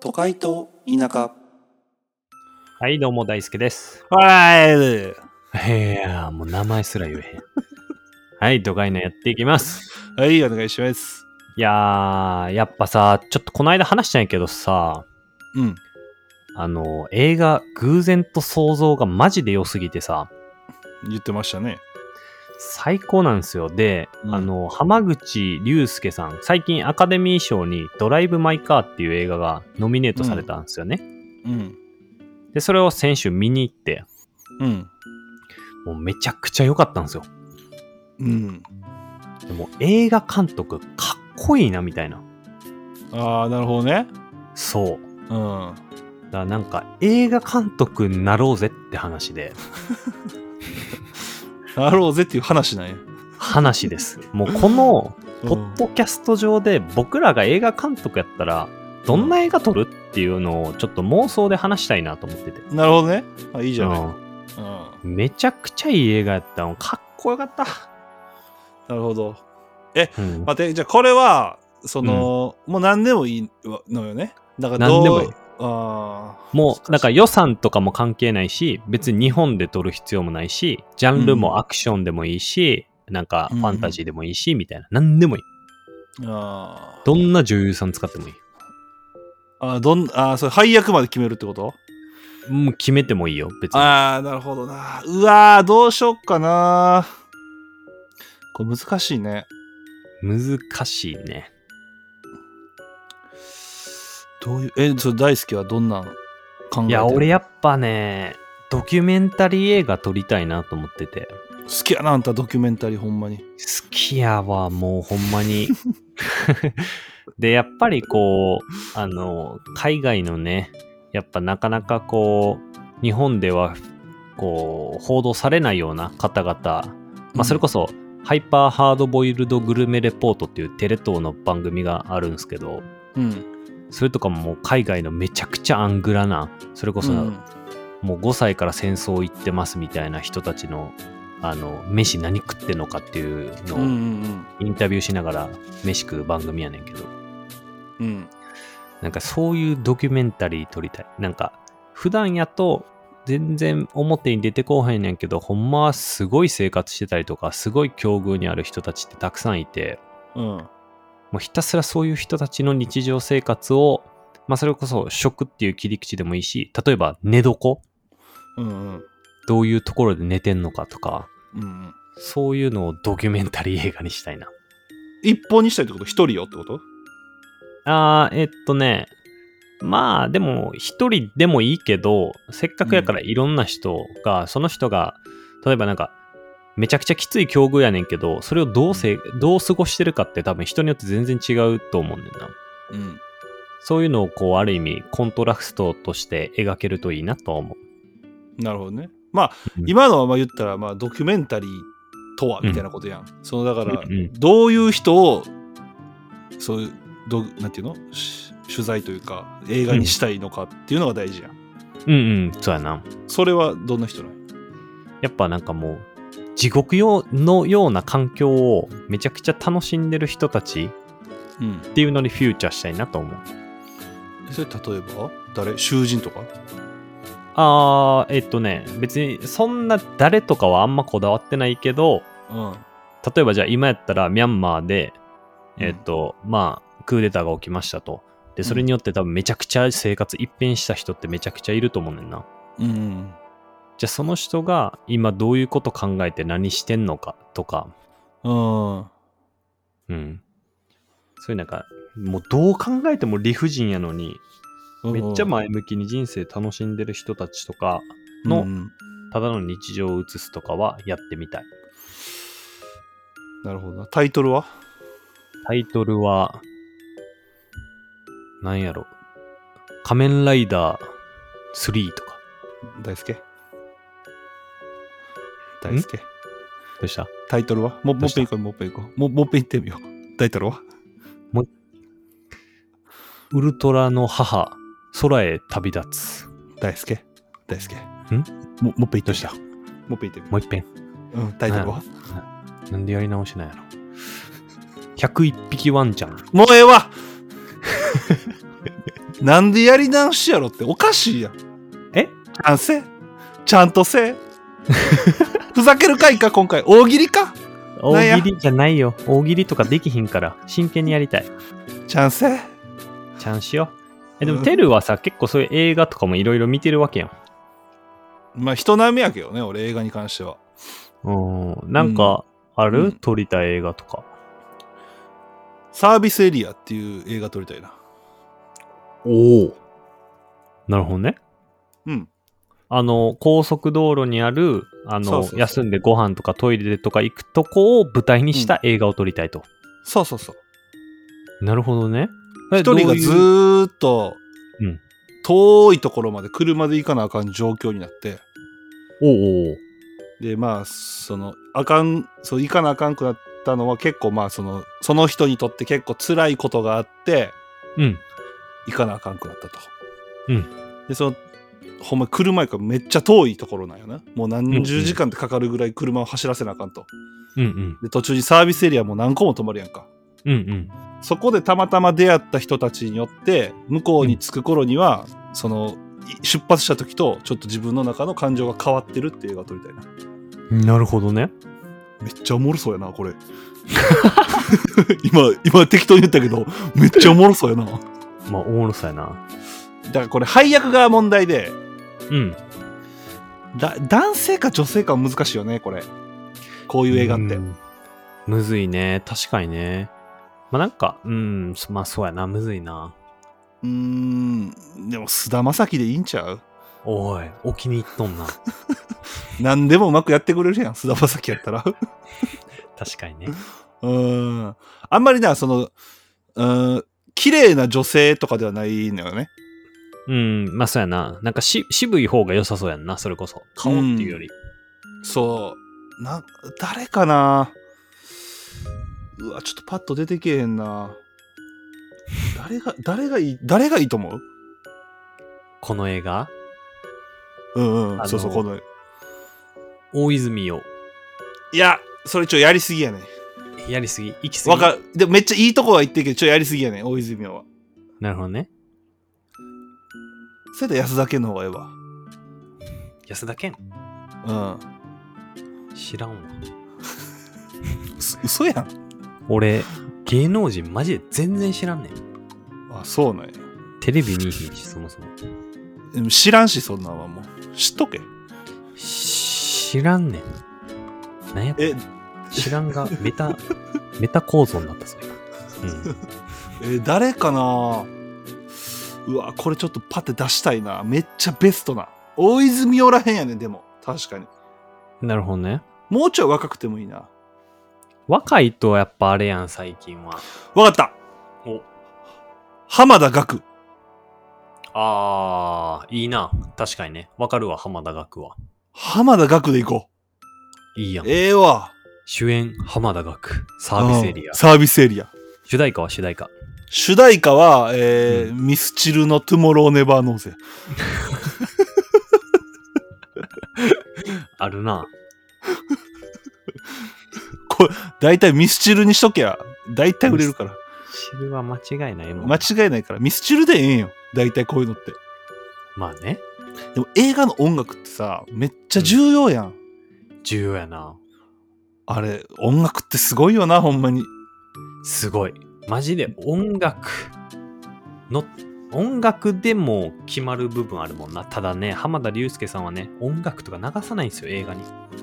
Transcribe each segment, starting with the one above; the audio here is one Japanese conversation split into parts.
都会と田舎はい、どうも、大輔です。はい。いやーもう名前すら言えへん。 はい、ドガイナやっていきます。はい、お願いします。いやー、やっぱさ、ちょっとこの間話したんやけどさ、うん。あの、映画、偶然と想像がマジで良すぎてさ、言ってましたね。最高なんですよ。で、うんあの、浜口竜介さん、最近アカデミー賞にドライブ・マイ・カーっていう映画がノミネートされたんですよね。うん。で、それを先週見に行って、うん。もうめちゃくちゃ良かったんですよ。うん。でも映画監督かっこいいなみたいな。ああ、なるほどね。そうう。ん。だからなんか映画監督になろうぜって 話で、なろうぜっていう話なんや。話です。もうこのうんポッドキャスト上で僕らが映画監督やったら、どんな映画撮るっていうのをちょっと妄想で話したいなと思ってて。なるほどね。あいいじゃない。うんうん。めちゃくちゃいい映画やったの。かっこよかった。なるほど。うん、待って、じゃあこれは、その、もう何でもいいのよね。だからどう何でもいいああ。もう、なんか予算とかも関係ないし、別に日本で撮る必要もないし、ジャンルもアクションでもいいし、なんかファンタジーでもいいし、みたいな。何でもいい。あどんな女優さん使ってもいい。あ。あーどん、ああ、それ配役まで決めるってこともう決めてもいいよ、別に。ああ、なるほどな。うわーどうしよっかな。これ難しいね。難しいね。どういう、え、それ大好きはどんなん考えてんのいや、俺やっぱね、ドキュメンタリー映画撮りたいなと思ってて。好きやなあんたドキュメンタリーほんまに好きやわ、もうほんま に。で、やっぱりこう、あの、海外のね、やっぱなかなかこう、日本では、こう、報道されないような方々、まあ、それこそ、ハイパーハードボイルドグルメレポートっていうテレ東の番組があるんですけど、うんそれとかももう海外のめちゃくちゃアングラな、それこそうんもう5歳から戦争行ってますみたいな人たちの、あの、飯何食ってんのかっていうのうんうをんインタビューしながら飯食う番組やねんけど、うんうんなんかそういうドキュメンタリー撮りたい。なんか、普段やと全然表に出てこうへんねんけど、ほんまはすごい生活してたりとか、すごい境遇にある人たちってたくさんいて、うんもうひたすらそういう人たちの日常生活を、まあそれこそ食っていう切り口でもいいし、例えば寝床うんうんどういうところで寝てんのかとか、うんそういうのをドキュメンタリー映画にしたいな。一本にしたいってこと一人よってことあー、えっとね、まあでも一人でもいいけど、せっかくやからいろんな人が、その人が、例えばなんか、めちゃくちゃきつい境遇やねんけど、それをどうせ、どう過ごしてるかって多分人によって全然違うと思うねんな。うんそういうのをこう、ある意味コントラストとして描けるといいなとは思う。なるほどねまあうん今のはまあ言ったらまあドキュメンタリーとはうんみたいなことやん、そのだからうんうんどういう人をそういうどなんていうのし取材というか映画にしたいのかっていうのが大事やん、うんうん、そうやな。それはどんな人なんやっぱなんかもう、地獄よのような環境をめちゃくちゃ楽しんでる人たちうんっていうのにフューチャーしたいなと思う。それ例えば誰囚人とかあー、えっとね、別にそんな誰とかはあんまこだわってないけど、うん例えばじゃあ今やったらミャンマーで、うんえっと、まあ、クーデターが起きましたと。で、それによって多分めちゃくちゃ生活一変した人ってめちゃくちゃいると思うねんな。うんじゃあその人が今どういうこと考えて何してんのかとか、うんうんうん。そういうなんか、もうどう考えても理不尽やのに、めっちゃ前向きに人生楽しんでる人たちとか、のうんただの日常を映すとかはやってみたい。なるほどなタイトルはタイトルは、なんやろ。仮面ライダー3とか。大輔大輔どうしたタイトルはもうどもうっしぺたん行こうもっぺん行こうももっぺん行ってみようタイトルはウルトラの母、空へ旅立つ。大輔大輔んももっぺん行ってみようどうしたもっぺん行ってみよもう一遍。う、うん、タイトルはなんでやり直しなんやろ。101匹ワンちゃん。もうええわなんでやり直しやろっておかしいやん。えちゃんせちゃんとせふざける回か今回。大喜利かなんや大喜利じゃないよ。大喜利とかできひんから、真剣にやりたい。ちゃんせちゃんしよう。え、でうも、んテルはさ、結構そういう映画とかもいろいろ見てるわけやん。まあ人並みやけどね、俺映画に関しては。うん。なんか、ある、うん撮りたい映画とか。サービスエリアっていう映画撮りたいな。おお。なるほどね。うん。あの、高速道路にある、あの、そうそうそう休んでご飯とかトイレとか行くとこを舞台にした映画を撮りたいと。そうそうそう。なるほどね。え一人がずどういうーっとうん、遠いところまで車で行かなあかん状況になって、おうおうで、まあ、その、あかん、そう、行かなあかんくなったのは結構まあ、その、その人にとって結構辛いことがあって、うん。行かなあかんくなったと。うん。で、その、ほんま車やからめっちゃ遠いところなんよな。もう何十時間ってかかるぐらい車を走らせなあかんと。うんうん。で、途中にサービスエリアも何個も止まるやんか。うんうん。そこでたまたま出会った人たちによって、向こうに着く頃には、その、い出発した時とちょっと自分の中の感情が変わってるっていう映画撮りたいな。なるほどね。めっちゃおもろそうやな、これ。 今、今適当に言ったけど、めっちゃおもろそうやな。だかまあ、おもろさやな。らこれ配役が問題で、うん。だ男性か女性かは難しいよねこれこういう映画ってうんむずいね。確かにね。まあなんか、うん、そまあそうやな、むずいな。うんんでも菅田将暉でいいんちゃうおい、お気に入っとんな。何でもうまくやってくれるやん菅田将暉やったら確かにね。うんあんまりなそのうん綺麗な女性とかではないのよねうん、まあそうやな。なんかし渋い方が良さそうやんな、それこそ。顔っていうより。そうな誰かなうわちょっとパッと出てけえへんな誰が誰がいい誰がいいと思うこの映画、うんうあんのそうそうこの大泉洋、いやそれちょやりすぎやねんやりすぎ、行きすぎ。わかる。でもめっちゃいいとこは言ってるけど、ちょ、やりすぎやねん、大泉洋は。なるほどね。それで安田家の方がええわ。安田健知らんうわ。ん。うそ嘘やん。俺、芸能人マジで全然知らんねん。あ、そうなんや。テレビ見いひんし、そもそも。でも知らんし、そんなんはもう。知っとけ。し知らんねん。なんやこれえ、知らんが、メタ、 メタ構造になったぞ、今。うん。え、誰かなうわ、これちょっとパッて出したいな。めっちゃベストな。大泉洋らへんやねん、でも。確かに。なるほどね。もうちょい若くてもいいな。若いとやっぱあれやん、最近は。わかった。お。浜田岳。あー、いいな。確かにね。わかるわ、浜田学は。浜田岳でいこいいやんう。。ええわ。主演、浜田学。サービスエリうアん。サービスエリア。主題歌は主題歌。主題歌は、えーミスチルの「トゥモローネバーノーゼあるな。」大体ミスチルにしとけや大体売れるから知るは間違いないもん。間違いないからミスチルでええんよ大体こういうのってまあね。でも映画の音楽ってさめっちゃ重要やん、重要やな。あれ音楽ってすごいよなほんまにすごい。マジで音楽の、音楽でも決まる部分あるもんな。ただね、浜田龍介さんはね、音楽とか流さないんですよ、映画に。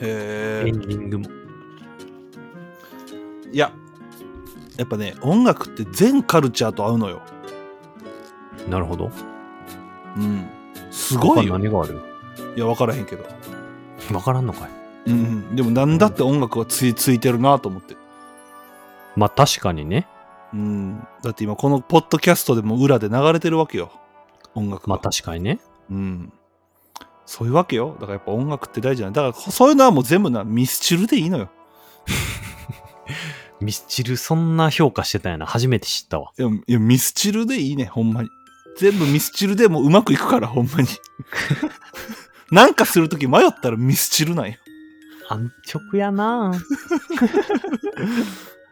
へエンディングも。いややっぱね音楽って全カルチャーと合うのよなるほど。うんすごい他よ何があるいや分からへんけどわからんのかい。うん、うん、でもなんだって音楽はついついてるなと思ってまあ確かにね。うん、だって今このポッドキャストでも裏で流れてるわけよ音楽が、まあ確かにね。うん、そういうわけよだからやっぱ音楽って大事なんだだからそういうのはもう全部なミスチルでいいのよミスチルそんな評価してたんやな。初めて知ったわ。いやいやミスチルでいいねほんまに全部ミスチルでもううまくいくからほんまに なんかする時迷ったらミスチルなんよ安直や な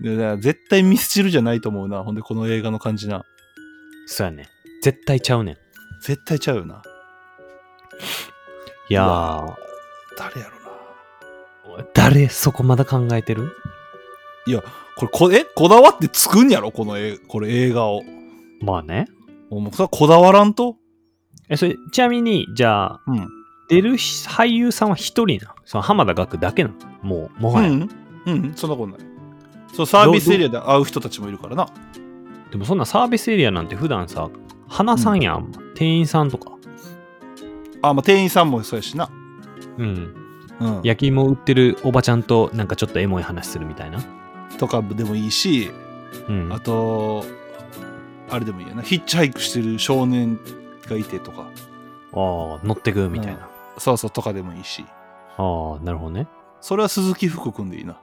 でだから絶対ミスチルじゃないと思うなほんでこの映画の感じなそうやね。絶対ちゃうねん。絶対ちゃうよな。いやうー、誰やろな。誰そこまだ考えてるこれこ、え、こだわって作んやろこの映、これ映画を。まあね。もう、それはこだわらんとえ、それ、ちなみに、じゃあ、うん。出るし俳優さんは一人なのその浜田岳だけなのもう、もはや。うん。うん、そんなことない。そう、サービスエリアで会う人たちもいるからな。でもそんなサービスエリアなんて普段さ、花さんやん、店員さんとか。あ、まあ、店員さんもそうやしな。うん。うん。焼き芋売ってるおばちゃんとなんかちょっとエモい話するみたいな。とかでもいいし、うん。あと、あれでもいいよな。ヒッチハイクしてる少年がいてとか。ああ、乗ってくみたいな。そうそう、とかでもいいし。ああ、なるほどね。それは鈴木福君でいいな。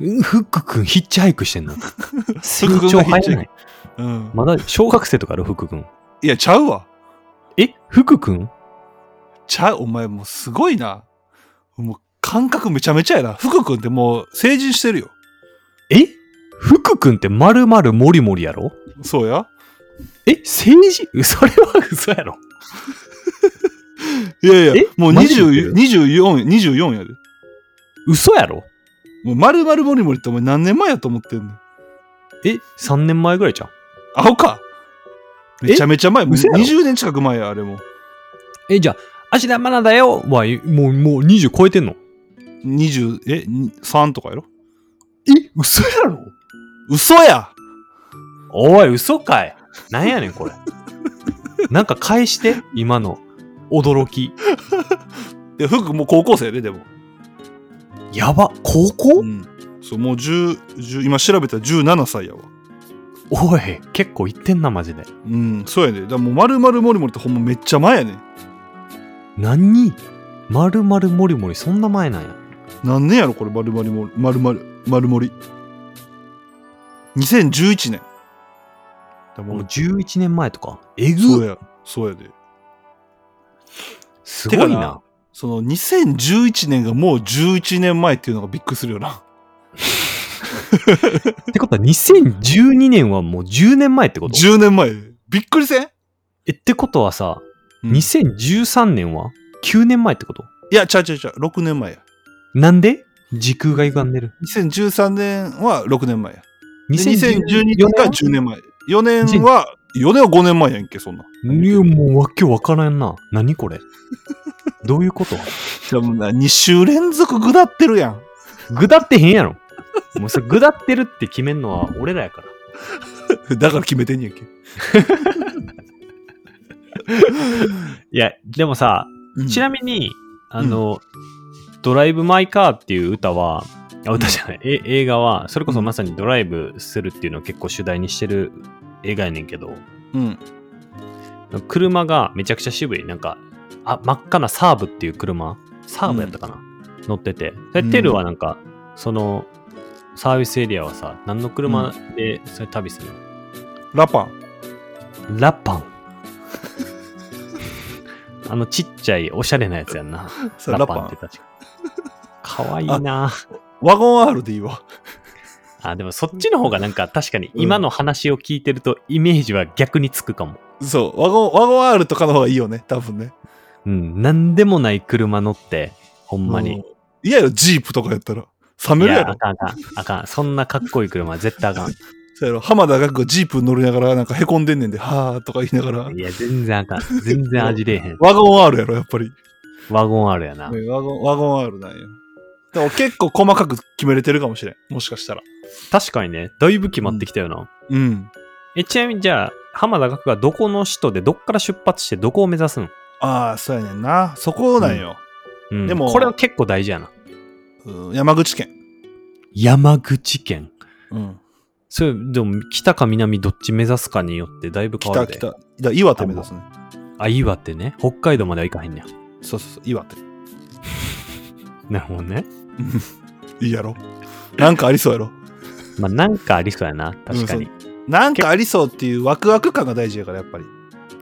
うんフック君ヒッチハイクして んの成福君長がヒッ早チハなイうい。ん。まだ小学生とかある福君。いや、ちゃうわ。え福君ちゃう、お前もうすごいな。もう感覚めちゃめちゃやな。福君ってもう成人してるよ。え福君ってまるまるもりもりやろそうや。え政治 それは嘘やろいやいやえ、もうマジで言って20 24、る24やで。嘘やろもう丸々モリモリってお前何年前やと思ってんのえ ?3 年前ぐらいじゃん。アホか。えめちゃめちゃ前。もう嘘やろ20年近く前や、あれも。え、じゃあ、芦田愛菜だよは、もう、もう20超えてんの20、え、に3とかやろえ嘘やろ嘘やおい、嘘かい。なんやねん、これ。なんか返して、今の。驚き。いや、福君もう高校生やで、でも。やば、高校ん。そう、もう10、10今調べたら17歳やわ。おい、結構言ってんな、マジで。うん、そうやね。だからもう丸々モリモリってほんまめっちゃ前やね。何まるまるもりもり、そんな前なんや。何年やろこれ丸々も丸々丸盛り2011年だもう11年前とか。えそうぐやそうやですごいてかなな。その2011年がもう11年前っていうのがびっくりするよなってことは、2012年はもう10年前ってこと10年前びっくりせん、え、ってことはさ、うんい2013年は9年前ってことやちゃうちゃうちゃう6年前やなんで時空が歪んでる。 2013年は6年前やで2012 2012年が10年前4年は4年は5年前やんけそんないや、もうわけわからんな。何 これ。どういうことじゃあもうな2週連続下ってるやん ぐだってへんやろ。もうそれぐだってるって決めんのは俺らやから。だから決めてんやんけ、いや、でもさ、ちなみみに、あの、ドライブ・マイ・カーっていう歌は、あ歌じゃない、え映画は、それこそまさにドライブするっていうのを結構主題にしてる映画やねんけど、にうん車がめちゃくちゃ渋い。なんか、あ、真っ赤なサーブっていう車、サーブやったかな、乗ってて。でうんテルはなんか、その、サービスエリアはさ、何の車でそれ旅するの、ラパンラパン。 あのちっちゃいおしゃれなやつやんな。さララパンパってン 確か。かわいいなワゴン R でいいわあでもそっちの方がなんか確かに今の話を聞いてるとイメージは逆につくかも。そう、ワゴン、ワゴン R とかの方がいいよね、多分ね。うん、なんでもない車乗って、ほんまうんに。。いやよ、ジープとかやったら。冷めるやあろ。かんあかん、あかん。そんなかっこいい車は絶対あかん。そうやろ、浜田岳がジープ乗りながら、なんかへこんでんねんで、はーとか言いながら。いや、全然あかん。全然味出えへん。ワゴン R やろ、やっぱり。ワゴンあるやな。ねワゴン、ワゴン R なんや。でも結構細かく決めれてるかもしれん。もしかしたら。確かにね、だいぶ決まってきたよな。うん。え、ちなみにじゃあ、浜田学がどこの首都でどっから出発してどこを目指すんああ、そうやねんな。そこなんよ。うん、でもこれは結構大事やな。うん山口県。山口県。うん。それ、でも、北か南どっち目指すかによってだいぶ変わ北、るで。北。だから岩手目指すね。あ、岩手ね。北海道までは行かへんねや。そうそうそう、岩手。 なるほどね。いいやろ。なんかありそうやろ。まあ、なんかありそうやな。確かに。 なんかありそうっていうワクワク感が大事やから、やっぱり。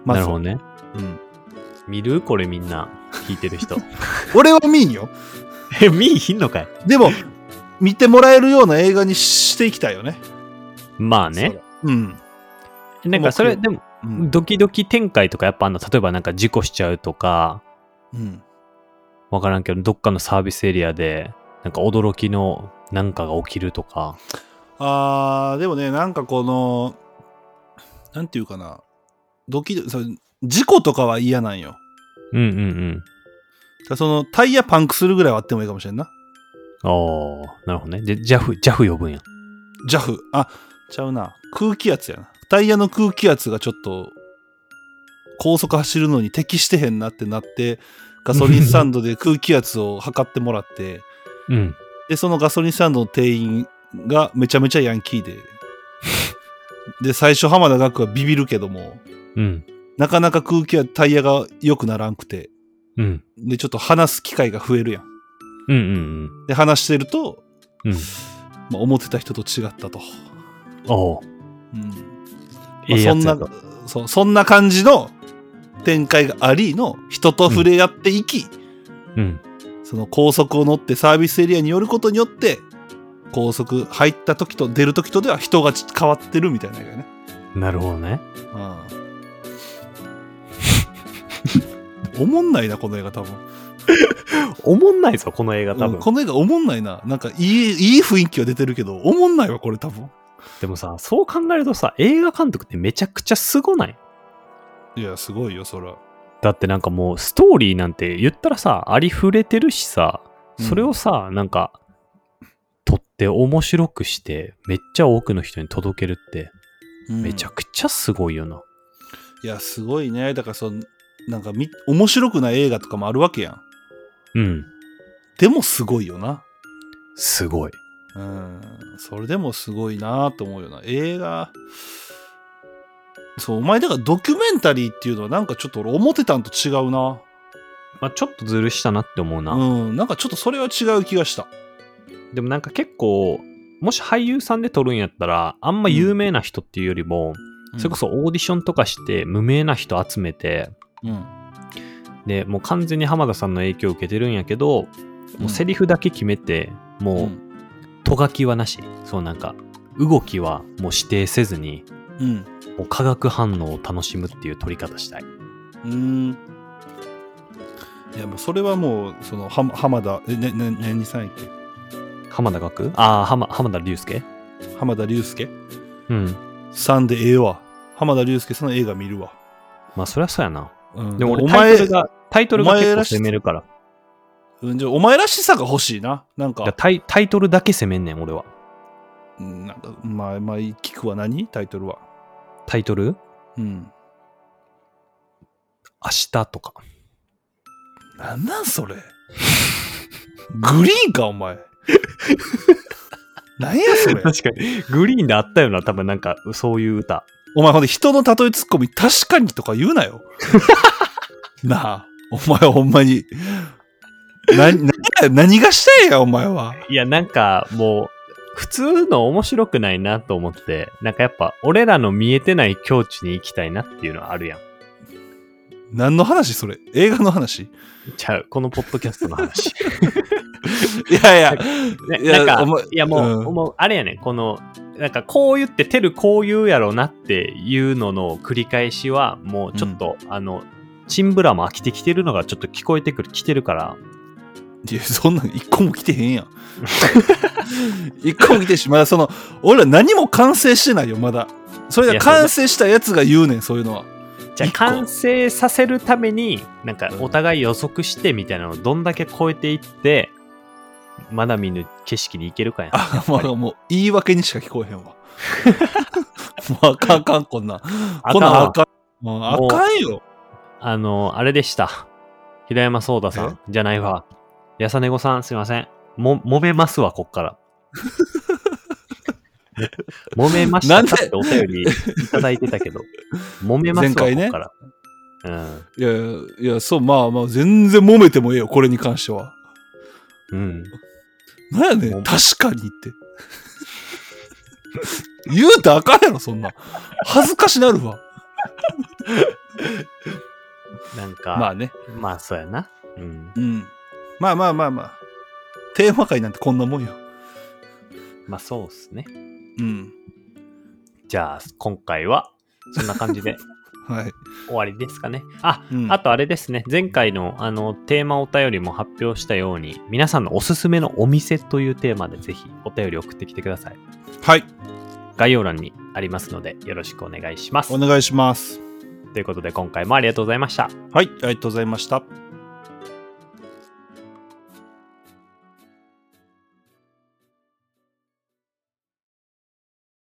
まなずるはほどね。うん、見るこれみんな。聞いて る人。俺は見んよえ、見いひんのかいでも 見てもらえるような映画にしていきたいよねまあね。うんなんかそれ、でも、うんドキドキ展開とかやっぱあんの、例えばなんか事故しちゃうとか、うんわからんけど、どっかのサービスエリアで、なんか驚きのなんかが起きるとか。あーでもねなんかこのなんていうかなドキドそれ事故とかは嫌なんようんうんうん。だからそのタイヤパンクするぐらいはあってもいいかもしれんなおー、なるほどね。で、JAF、JAF 呼ぶんや。 JAF あちゃうな空気圧やなタイヤの空気圧がちょっと高速走るのに適してへんなってなってガソリンスタンドで空気圧を測ってもらってうん。で、そのガソリンスタンドの店員がめちゃめちゃヤンキーで。で、最初浜田岳はビビるけども、うん。なかなか空気やタイヤが良くならんくて、うん。で、ちょっと話す機会が増えるやん。うんうんで、話してると、うん。うまん。あ、思ってた人と違ったと。おー、うん。ええまあやそんつやなと。、そう、そんな感じの展開がありの、人と触れ合っていき、うん。その高速を乗ってサービスエリアに寄ることによって、高速入った時と出る時とでは人が変わってるみたいな映画やね。なるほどね。おもんないな、この映画多分。おもんないぞ、この映画多うん分。この映画おもんないな。なんかいい、いい雰囲気は出てるけど、おもんないわ、これ多分。でもさ、そう考えるとさ、映画監督ってめちゃくちゃすごないいや、すごいよ、そら。だってなんかもうストーリーなんて言ったらさ、ありふれてるしさ、それをさ、なんか、撮って面白くして、めっちゃ多くの人に届けるって、うんめちゃくちゃすごいよな。いや、すごいね。だから、その、なんかみ、面白くない映画とかもあるわけやん。うん、でもすごいよな。すごい。うん。それでもすごいなと思うよな。映画、そう、お前、だからドキュメンタリーっていうのはなんかちょっと俺思ってたんと違うな。まあ、ちょっとずるしたなって思うな。うん。なんかちょっとそれは違う気がした。でもなんか結構、もし俳優さんで撮るんやったら、あんま有名な人っていうよりも、それこそオーディションとかして無名な人集めて、うん。で、もう完全に浜田さんの影響を受けてるんやけど、もうセリフだけ決めて、もうとがきはなしそうなんか動きはもう指定せずにうん。もう化学反応を楽しむっていう取り方したいうん。うーん。いや、もうそれはもう、その、は浜田、え、ね、ね、ね、にさんやっけ浜田学ああ浜浜田龍介浜田龍介うんさんでええわ。浜田龍介さんの映画見るわ。まあそりゃそうやなうん、でも俺おタ前イトルがタイトルがお前結構らし攻めるからうんじゃあお前らしさが欲しいな。なんいやか、タイタイトルだけ攻めんねん俺はうんなんかまあ、まあ、聞くは何タイトルは。タイトルうん。明日とかなんなんそれ。 グリーンか、お前。なんやそれ。確かにグリーンであったよな多分なんかそういう歌 お前ほんで人の例えツッコミ確かにとか言うな よ。なあ、お前ほんまに。な、な、何がしたいんや、お前は。いやなんかもう普通の面白くないなと思ってなんかやっぱ俺らの見えてない境地に行きたいなっていうのはあるやん何の話それ映画の話いちゃう、このポッドキャストの話。やいや、 ねいやなんかお前、いやもう、うんもうあれやねん、この、なんかこう言って、てるこう言うやろなっていうのの繰り返しは、もうちょっと、あの、チンブラも飽きてきてるのがちょっと聞こえてくる、来てるから、いやそんなん一個も来てへんやん。 一個も来てんし、まだその、俺ら何も完成してないよ、まだ。それいがやそうだ完成したやつが言うねん、そういうのは。じゃあ一個完成させるために、なんかうんお互い予測してみたいなのをどんだけ超えていって、まだ見ぬ景色に行けるかやん。あ、まあもう言い訳にしか聞こえへんわ。も うあかんあかん、こんなん。こんなんあかん。もうあかんよ。あの、あれでした。平山聡太さんじゃないわ。やさねごさん、すいません。も、揉めますわ、こっ から。揉めましなたんでかってお便りいただいてたけど、揉めます前わ、回ねこっから。いやいやいや、そう、まあまあ、全然揉めてもええよ、これに関しては。うん。なんやね、もうん確かにって。 言うてあかんやろ、そんな。恥ずかしなるわ。うん。なんか、ままあね。あ、そうやな。うん。うん。まあまあまあまあ。テーマ会なんてこんなもんよ。まあ、そうっすね。うん。 じゃあ、今回は、そんな感じではい。終わりですかね。あ、うんあとあれですね。前回のあのテーマお便りも発表したように、皆さんのおすすめのお店というテーマでぜひお便り送ってきてください。はい。概要欄にありますのでよろしくお願いします。お願いします。ということで今回もありがとうございました。はい。ありがとうございました。